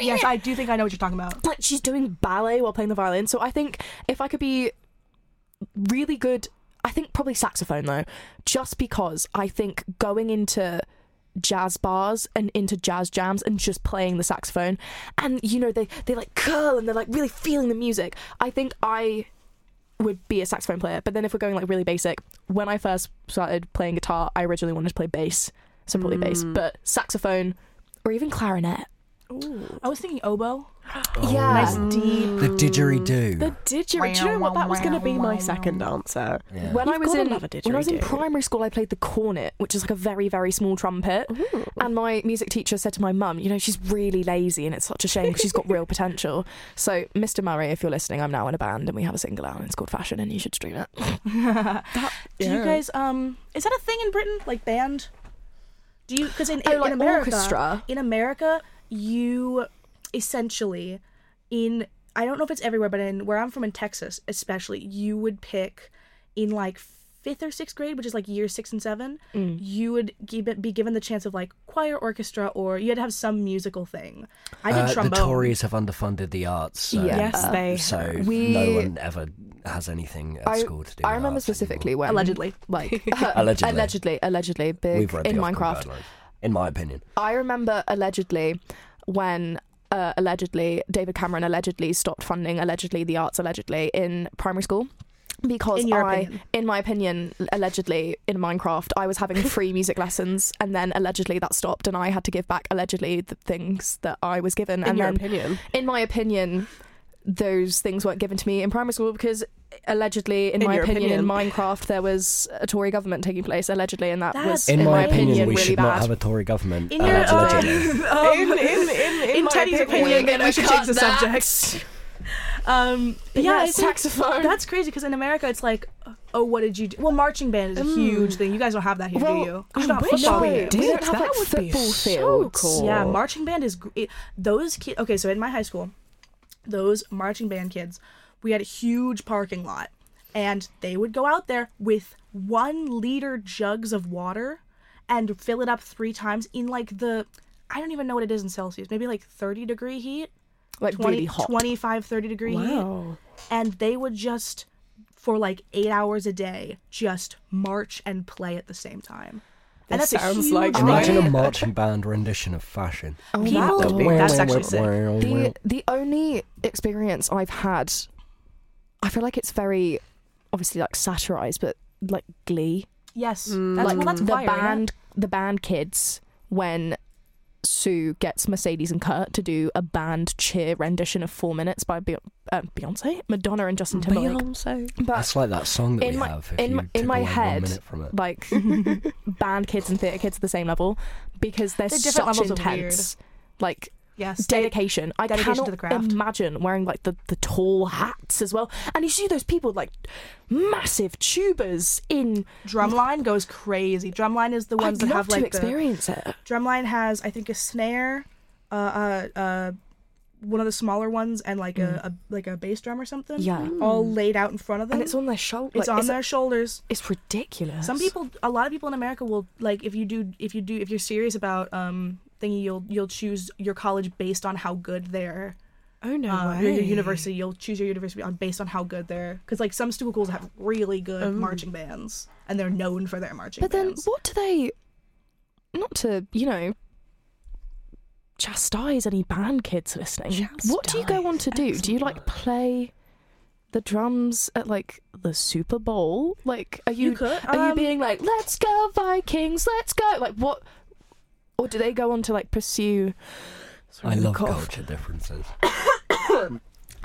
yes, I do think I know what you're talking about.
like she's doing ballet while playing the violin. So I think if I could be really good, I think probably saxophone though, just because I think going into jazz bars and into jazz jams and just playing the saxophone and you know they they like curl and they're like really feeling the music. I think I would be a saxophone player. But then if we're going like really basic, when I first started playing guitar, I originally wanted to play bass, so probably bass, but saxophone or even clarinet.
I was thinking *laughs* oboe.
yeah.
Nice deep.
Oh, The didgeridoo.
The didgeridoo. Do you know what? That was going to be my second answer.
yeah.
when
You've
I was
gotta
in
love a
when I was in
didgeridoo.
primary school, I played the cornet, which is like a very very small trumpet.
Oh. Um,
And my music teacher said to my mum, "You know, she's really lazy, and it's such a shame because she's got real potential." So, Mr. Murray, if you're listening, I'm now in a band, and we have a single out, and it's called Fashion, and you should stream it.
Do
Yeah.
you guys um is that a thing in Britain like band? Do you cuz in
Oh,
in,
like
in America
orchestra?
in America you essentially in I don't know if it's everywhere but in where I'm from in Texas especially you would pick in like 5th or 6th grade which is like year 6 and 7 you would give it, be given the chance of like choir orchestra or you had to have some musical thing. I did
Uh, the
trombone.
Tories have underfunded the arts. So,
Yeah.
Yes, they
So
We-
no one ever has anything at
I,
school to do.
I
with
remember
arts anymore.
specifically when
Allegedly.
*laughs* like
Allegedly.
allegedly, allegedly, big
We've read
in
the Ofcom
Minecraft.
guidelines, in my opinion.
I remember allegedly when uh, allegedly David Cameron allegedly stopped funding allegedly the arts allegedly in primary school because
In your
I
opinion.
in my opinion allegedly in Minecraft I was
*laughs*
having free music lessons and then allegedly that stopped and I had to give back allegedly the things that I was given
In
and
your
then
opinion,
in my opinion those things weren't given to me in primary school because eh, allegedly in,
In
my
your
opinion, in
opinion.
Minecraft there was a Tory government taking place allegedly and that was
That's
In,
in
my opinion, we
really
should
bad.
not have a Tory government.
In your uh,
uh, allegedly.
*laughs* um,
*laughs* in in in, in,
in
my
Teddy's opinion, then we should change the subject. Um, but yeah,
yeah,
I think
saxophone.
that's crazy because in America it's like, oh, what did you do? Well, marching band is a huge thing. You guys don't have that here,
Well,
do you? You
I
don't have
wish
football
we
games.
did. We don't
Dude,
have
that
like
would be
football
so
fields.
cool.
Yeah, marching band is gr- it, those kids. Okay, so in my high school, those marching band kids, we had a huge parking lot, and they would go out there with one liter jugs of water, and fill it up three times in like the, I don't even know what it is in Celsius, maybe like thirty degree heat.
like
20,
really hot.
25, 30 degree
Wow.
heat. And they would just, for like eight hours a day, just march and play at the same time. and
This
that's a
sounds
huge
like
thing.
Imagine
*laughs*
a
Right.
marching band rendition of fashion.
People-
Oh, that would be-
that's actually sick.
the the only experience I've had, I feel like it's very obviously like satirized, but like Glee,
Yes. That's,
like
well, that's
the
fire, eh? yeah.
band, the band kids when. Sue gets Mercedes and Kurt to do a band cheer rendition of Four Minutes by Be- uh, Beyonce, Madonna, and Justin Timberlake.
Beyonce.
But
That's like that song that
in
we
my-
have. If
in
you
my- in
took
my
away
head,
one minute from
*laughs*
it.
like band kids and theatre kids at the same level because they're,
They're different
such
levels of weird.
intense. Like
Yes. they-
dedication. I
dedication
cannot
to the craft.
imagine wearing like the, the tall hats as well. And you see those people with, like massive tubas in.
Drumline goes crazy. Drumline is the ones
I'd
that
love
have like
to
the
experience it.
drumline has I think a snare, uh, uh, uh, one of the smaller ones, and like a, a like a bass drum or something.
Mm. Yeah.
Mm.
all laid out in front of them.
And it's on their shoulder.
it's on their shoulders.
It's ridiculous.
Some people, a lot of people in America will like if you do if you do if you're serious about um thingy, you'll you'll choose your college based on how good their
Oh no
uh, your, your university. You'll choose your university on based on how good they're because like some schools have really good marching bands and they're known for their marching.
Oh. But then,
bands.
what do they? Not to you know chastise any band kids listening. What do you go on to do? Do you like play the drums at like the Super Bowl? Like, are you,
You could,
are you
um,
being like, let's go Vikings, let's go? Like what? Or do they go on to like pursue? Sorry,
I
I'm gonna
love
cough. *coughs*
culture differences.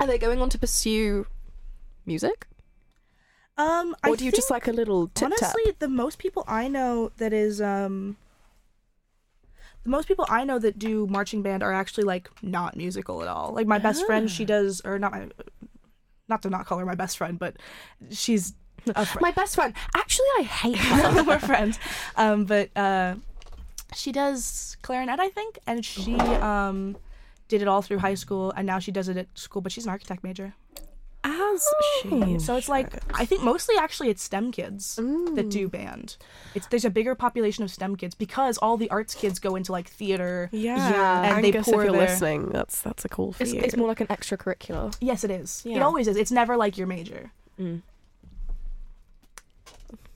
Are they going on to pursue music,
um,
or
I
do you just
think-
like a little tip tap?
honestly the most people i know that is um the most people i know that do marching band are actually like not musical at all like my best friend
Ah.
she does or not my not to not call her my best friend but she's a friend
My best friend. Actually, I hate
*laughs*
her.
we're friends um but uh she does clarinet i think and she um did it all through high school and now she does it at school but she's an architect major
As she.
so it's like I think mostly actually it's STEM kids that
Mm.
do band. It's there's a bigger population of STEM kids because all the arts kids go into like theater.
Yeah.
Yeah, and they
Angus,
pour
if you're
their-
listening, that's that's a call for
it's,
you.
it's more like an extracurricular. Mm.
Yes, it is. It
Yeah.
always is. It's never like your major.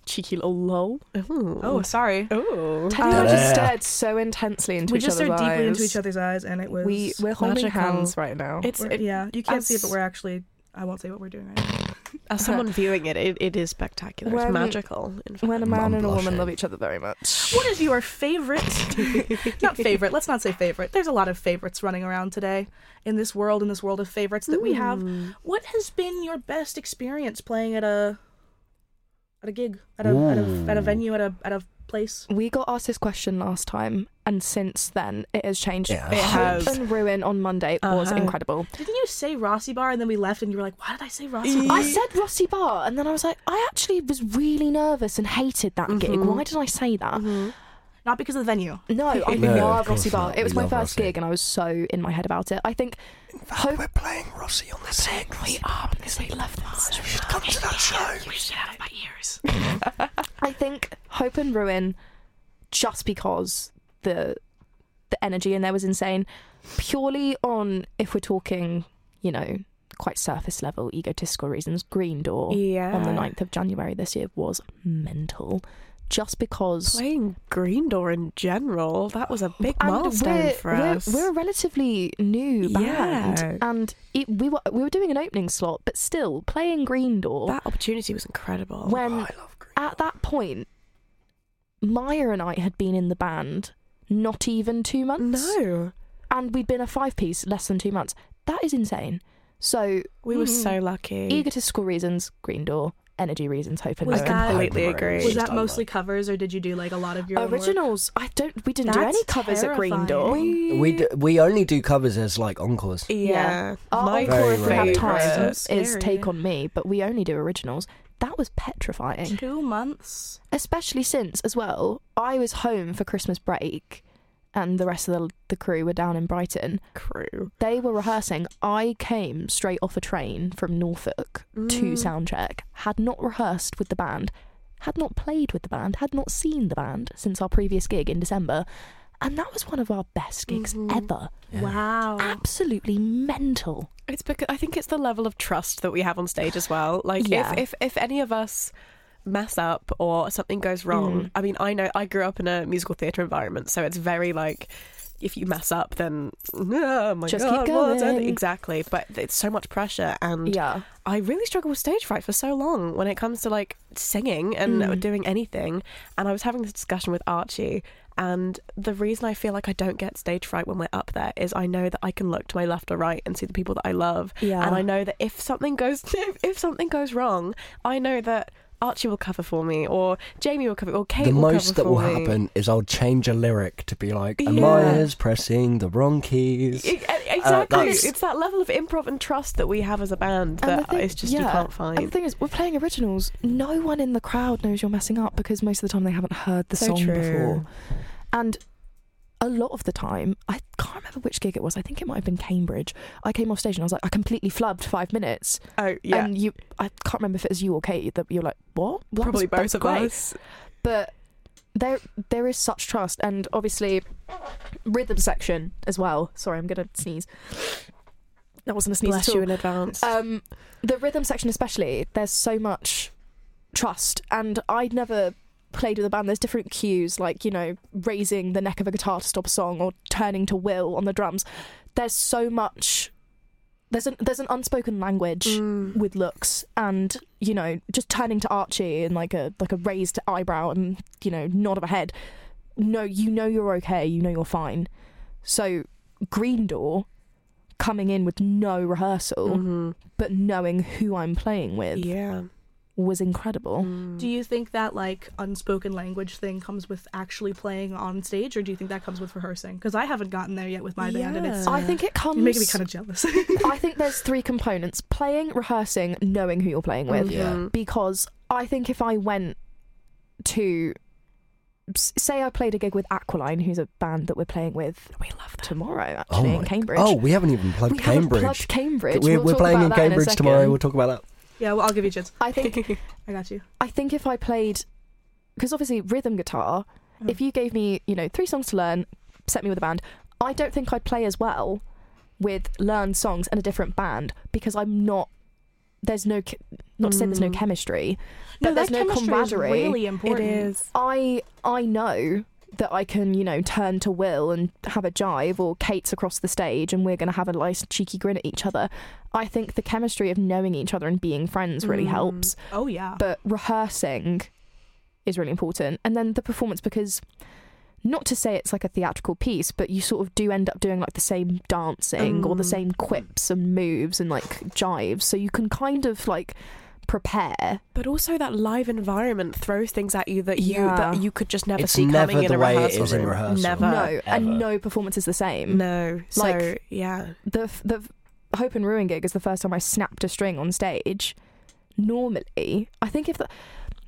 Cheeky little lol.
Oh, sorry.
oh.
Teddy and I just
Yeah.
stared so intensely into
we
each
just stared
other's
deeply
eyes.
into each other's eyes, and it was
We we're holding
magical.
hands right now.
It's
we're-
it,
yeah. You can't see it, but
as-
we're actually. I won't say what we're doing right now.
as someone viewing it, it, it is spectacular.
When-
it's magical. In *laughs* fact.
when a
I'm
man and a woman
blushing.
love each other very much.
What is your favorite? not favorite. Let's not say favorite. There's a lot of favorites running around today in this world, in this world of favorites that we have.
Hmm.
What has been your best experience playing at a at a gig, at a, at a, at a venue, at a at a place?
We got asked this question last time, and since then it has changed.
Yeah.
it has.
And ruin on Monday was
Uh-huh.
incredible.
Didn't you say Rossi Bar and then we left and you were like, why did I say Rossi Bar?
I said Rossi Bar, and then I was like, I actually was really nervous and hated that gig.
Mm-hmm.
Why did I say that?
Not because of the venue.
No, I
*laughs* No, of
love
course
Rossi Bar.
not.
It was
We
my
love
first
Rossi.
gig, and I was so in my head about it. I think hope
We're playing Rossi on the sixth. We
are because we love them so
should come to that show. *laughs*
I think Hope and Ruin, just because the the energy in there was insane, purely on if we're talking, you know, quite surface level egotistical reasons, Green Door on the
Yeah.
9th of January this year was mental. Just because
Playing Green Door in general, that was a big
and
milestone
we're,
for
we're-
us.
We're a relatively new band,
Yeah.
and it, we were we were doing an opening slot, but still playing Green Door
that opportunity was incredible.
when
Oh, I love Green.
at that point, Maya and I had been in the band not even two months.
no,
And we'd been a five piece less than two months. That is insane. So,
we were so lucky.
egotistical reasons, Green Door, energy reasons, hope and
Was
Ruin.
that-
completely agree.
Was that mostly covers or did you do like a lot of your own work?
Originals. I don't. We didn't do
That's
any covers at Green
terrifying.
Door.
We d- we only do covers as like encores.
yeah,
Our
my
encore, if we have
favourite.
time,
So
is
scary.
Take on Me, but we only do originals. That was petrifying.
Two months.
especially since as well i was home for christmas break and the rest of the, the crew were down in brighton
crew.
they were rehearsing i came straight off a train from norfolk to soundcheck had not rehearsed with the band had not played with the band had not seen the band since our previous gig in december and that was one of our best gigs ever
Wow.
Mm.
absolutely mental
It's because I think it's the level of trust that we have on stage as well. Like
Yeah.
if, if if any of us mess up or something goes
Mm.
wrong, I mean, I know I grew up in a musical theatre environment, so it's very like if you mess up, then oh my
Just
god,
keep
what's it?"
going.
exactly. But it's so much pressure, and
yeah
I really struggled with stage fright for so long when it comes to like singing and
Mm.
doing anything. And I was having this discussion with Archie. And the reason I feel like I don't get stage fright when we're up there is I know that I can look to my left or right and see the people that I love.
Yeah.
And I know that if something goes *laughs* if, if something goes wrong, I know that Archie will cover for me or Jamie will cover or Kate
the
will
most
cover
that will
for me.
happen is I'll change a lyric to be like, "And
Yeah.
Maya's pressing the wrong keys."
E- e- Exactly.
that's-
it's that level of improv and trust that we have as a
And
band that
the thing-
it's just you
yeah.
can't
And the
find.
thing is, we're playing originals. No one in the crowd knows you're messing up because most of the time they haven't heard the
So
song
true.
before. And a lot of the time, I can't remember which gig it was. I think it might have been Cambridge. I came off stage and I was like, I completely flubbed five minutes.
oh yeah.
And you, I can't remember if it was you or Kate that you're like, what? Well, that
Probably
was- that was
both of
great."
us.
But there there is such trust and obviously rhythm section as well sorry i'm gonna sneeze that wasn't a sneeze
Bless
at all
you in advance.
um the rhythm section especially there's so much trust and i'd never played with a band there's different cues like you know raising the neck of a guitar to stop a song or turning to will on the drums there's so much there's an there's an unspoken language
Mm.
with looks and you know just turning to archie and like a like a raised eyebrow and you know nod of a head no you know you're okay you know you're fine so green door coming in with no rehearsal
Mhm.
but knowing who i'm playing with
Yeah.
was incredible
Do you think that like unspoken language thing comes with actually playing on stage, or do you think that comes with rehearsing? Because I haven't gotten there yet with my band, and it's
Yeah.
i think it comes
you're making me kind of jealous.
*laughs* I think there's three components playing, rehearsing, knowing who you're playing with.
Mm.
Yeah.
Because I think if I went to, s- say, I played a gig with Aquiline, who's a band that we're playing with we love tomorrow, actually, in
my-
Cambridge.
Oh, we haven't even plugged
we haven't
Cambridge.
plugged Cambridge.
We're,
We'll
we're
talk
playing
about
in
that a
Cambridge
second.
tomorrow. We'll talk about that.
yeah, well, I'll give you a chance.
I think
*laughs* I got you.
I think if I played, because obviously rhythm guitar, if you gave me, you know, three songs to learn, set me with a band, I don't think I'd play as well with learned songs and a different band because I'm not. There's no, ch- not to say there's no
Mm.
chemistry, but
that
there's no
chemistry
camaraderie.
Is really
It
important.
is.
I I know that I can, you know, turn to Will and have a jive, or Kate's across the stage, and we're going to have a nice cheeky grin at each other. I think the chemistry of knowing each other and being friends really
Mm.
helps
Oh yeah.
but rehearsing is really important and then the performance because not to say it's like a theatrical piece but you sort of do end up doing like the same dancing or the
Mm.
same quips and moves and like jives so you can kind of like prepare
But also that live environment throws things at you that you
Yeah.
that you could just never
It's
see
never
coming in
the
a
way it
rehearsal
is in
room.
rehearsal.
Never.
no
Ever.
and no performance is the same
No. So
Like-
yeah.
the the hope and ruin gig is the first time I snapped a string on stage. Normally, I think if that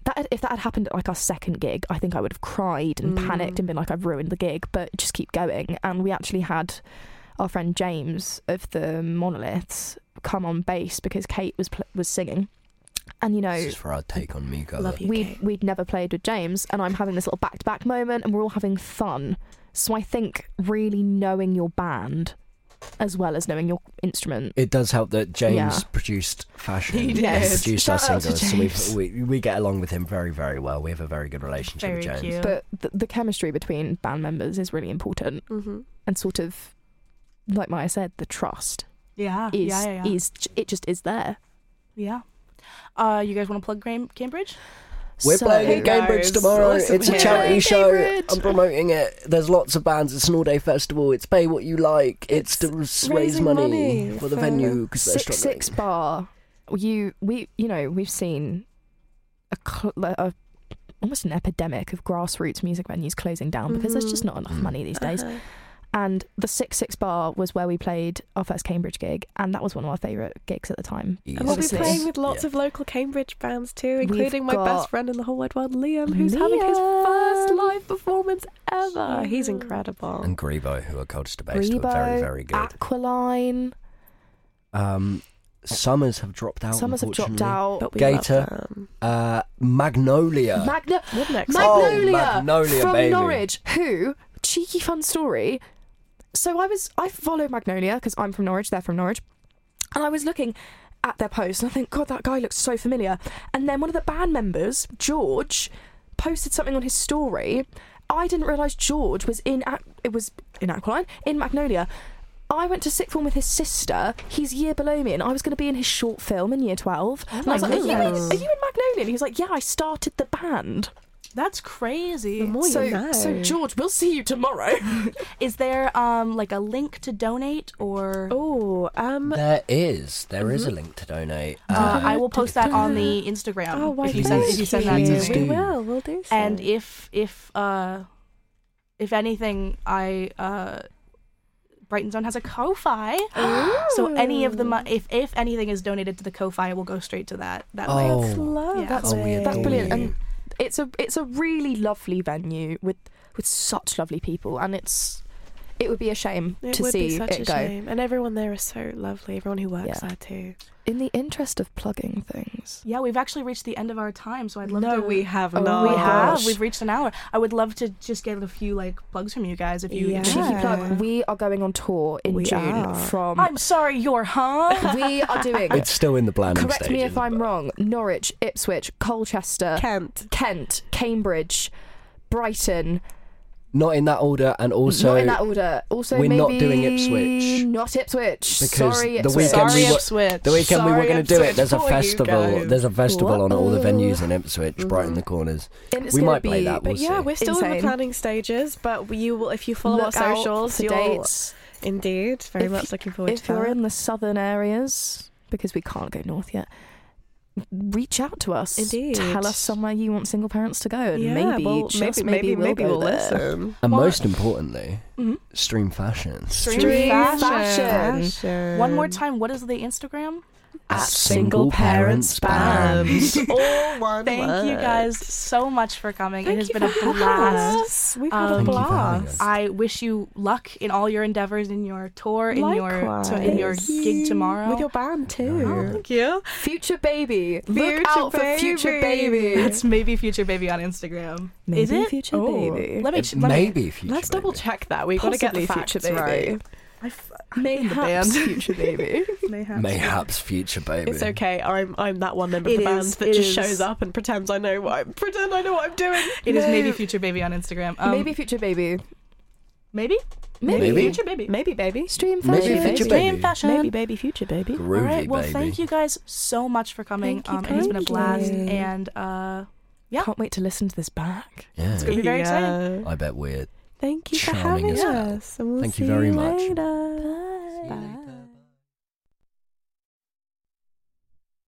that had- if that had happened at like our second gig, I think I would have cried and
Mm.
panicked and been like, I've ruined the gig. But just keep going. And we actually had our friend James of the Monoliths come on bass because Kate was pl- was singing, and you know
This is for our take on me cover.
Love you.
we'd,
Kate.
we'd never played with James, and I'm having this little back to back moment, and we're all having fun. So I think really knowing your band as well as knowing your instrument.
It does help that James
Yeah.
produced fashion.
He
and
did.
Produced
Shout
our
out to
singles,
James.
so we, we we get along with him very very well. We have a very good relationship with James.
But the, the chemistry between band members is really important,
Mm-hmm.
and sort of like Maya said, the trust
yeah.
is
yeah. Yeah. Yeah.
is j- it just is there.
yeah. Uh, you guys want to plug Gram- Cambridge?
We're
So-
playing in
guys,
Cambridge tomorrow.
listen
It's a
here.
charity
Yay,
show.
Cambridge.
I'm promoting it. There's lots of bands. It's an all day festival. It's pay what you like. It's, to s- raise
raising
money,
money
for the
for
venue because they're
six
struggling.
six bar. You we you know we've seen a, cl- a almost an epidemic of grassroots music venues closing down because there's just
Mhm.
Mm-hmm.
not enough money these days.
Uh-huh.
And the six six bar was where we played our first Cambridge gig, and that was one of our favourite gigs at the time.
Yes.
And we'll be
Obviously.
playing with lots
Yeah.
of local Cambridge bands too,
We've
including my
got-
best friend in the whole wide world, Liam, Um, who's having his first
Liam.
live performance ever. He's
Yeah.
incredible.
And Grebo, who are Culture based, were very
Grebo,
very good.
Aquiline,
Um, Summers have dropped out.
Summers have dropped
unfortunately.
out.
but we
Gator.
love them.
Uh, Magnolia.
Magna-
What next?
Magnolia,
Oh, Magnolia,
from
baby.
Norwich. Who? Cheeky fun story. So I was I follow Magnolia because I'm from Norwich. They're from Norwich, and I was looking at their post and I think God that guy looks so familiar. And then one of the band members, George, posted something on his story. I didn't realise George was in Ac- it was in Aquiline in Magnolia. I went to sixth form with his sister. He's a year below me, and I was going to be in his short film in year twelve. and I was like, are you, in, "Are you in Magnolia?" And he was like, "Yeah, I started the band."
That's crazy.
The more you
so,
know.
so George, we'll see you
*gasps*
tomorrow.
Is there um like a link to donate or?
Oh, um,
There is. There is a link to donate.
Uh,
Uh,
I will post that on the Instagram.
oh, why
if you
please.
send if you send that
Please
to
do.
me.
We will. We'll do. So.
And if if uh if anything, I uh Brighton Zone has a Ko-fi. So any of the mo-
Oh.
if if anything is donated to the Ko-fi, will go straight to that. That way.
Oh.
that's love.
Yeah.
That's,
Oh, we
That's
adore
brilliant.
you.
And it's a it's a really lovely venue with with such lovely people, and it's it would be a shame
It
to
would
see
be such
it
a
go.
shame. And everyone there is so lovely. Everyone who works
Yeah.
there too.
In the interest of plugging things,
Yeah, we've actually reached the end of our time, so I'd love to.
have
Oh,
we
not.
have.
gosh.
We've reached an hour. I would love to just get a few like plugs from you guys if you.
Yeah.
if you
cheeky
keep going.
plug, we are going on tour in
We
June
are.
from.
Um, I'm sorry, you're
*laughs*
huh?
we are doing.
It's still in the planning
correct me
stages,
if I'm
but-
wrong. Norwich, Ipswich,
Uh,
Colchester,
Kent.
Kent, Cambridge, Brighton.
Not in that order, and also
not in that order. Also,
we're not
maybe
doing Ipswich.
Not Ipswich.
Because
Sorry,
the
Ipswich.
weekend
Sorry,
we wa-
Ipswich.
The weekend we were
Sorry,
going to do it.
Ipswich,
There's a
poor you
festival.
guys.
There's a festival on all the
Whoa.
venues in Ipswich, bright in the corners.
And it's
we
gonna
might play
be-
that. We'll
But yeah,
see.
we're still in
Insane.
the planning stages. But you will, if you follow
Look
our
out
socials,
for
you'll
dates.
indeed very
If
much
you-
looking forward
if
to
you're
that.
in the southern areas because we can't go north yet reach out to us
Indeed.
tell us somewhere you want single parents to go and
yeah,
maybe
well,
just
maybe maybe
we'll, go there.
listen.
and
Well-
most importantly,
Mhm.
stream fashion.
Stream
Stream
fashion.
fashion.
One
Um,
more time. What is the Instagram?
At
Single Parents Band. *laughs*
All one
Thank you
word.
guys so much for coming. it
Thank
has
you
been a
for having
blast.
us. We've had a
Thank
you for having
blast.
us.
I wish you luck in all your endeavors in your tour, in
Likewise.
your to, in your gig tomorrow.
with your band too.
Oh,
thank you.
future baby
Future
look out for future
baby.
*laughs*
baby
That's maybe future baby on Instagram.
Maybe
is it?
future
Oh,
baby.
Let me. Ch- let me-
Maybe future.
Let's double
baby.
check that. We've got to get
Possibly
the facts
future baby
right.
I f- in the band.
mayhaps future *laughs* baby
Mayhaps.
Mayhaps future baby.
It's okay. I'm I'm that one member
It
of the band
is,
that
it
just
is.
shows up and pretends I know what I'm pretend I know what I'm doing.
It is maybe future baby on Instagram. Um,
maybe future baby
Maybe.
maybe,
Maybe.
Future baby.
Maybe baby.
stream
Maybe
fashion
future
baby.
baby.
Stream fashion.
Maybe baby future baby.
Groovy
All right. Well,
baby.
thank you guys so much for coming.
Thank you,
um, it has been a
thank
blast,
you.
and uh, yeah.
can't wait to listen to this back
Yeah.
It's gonna be very exciting.
I bet we're
Thank you for
Charming
having
as hell.
us. and we'll
Thank you
see
very much.
Later. Bye.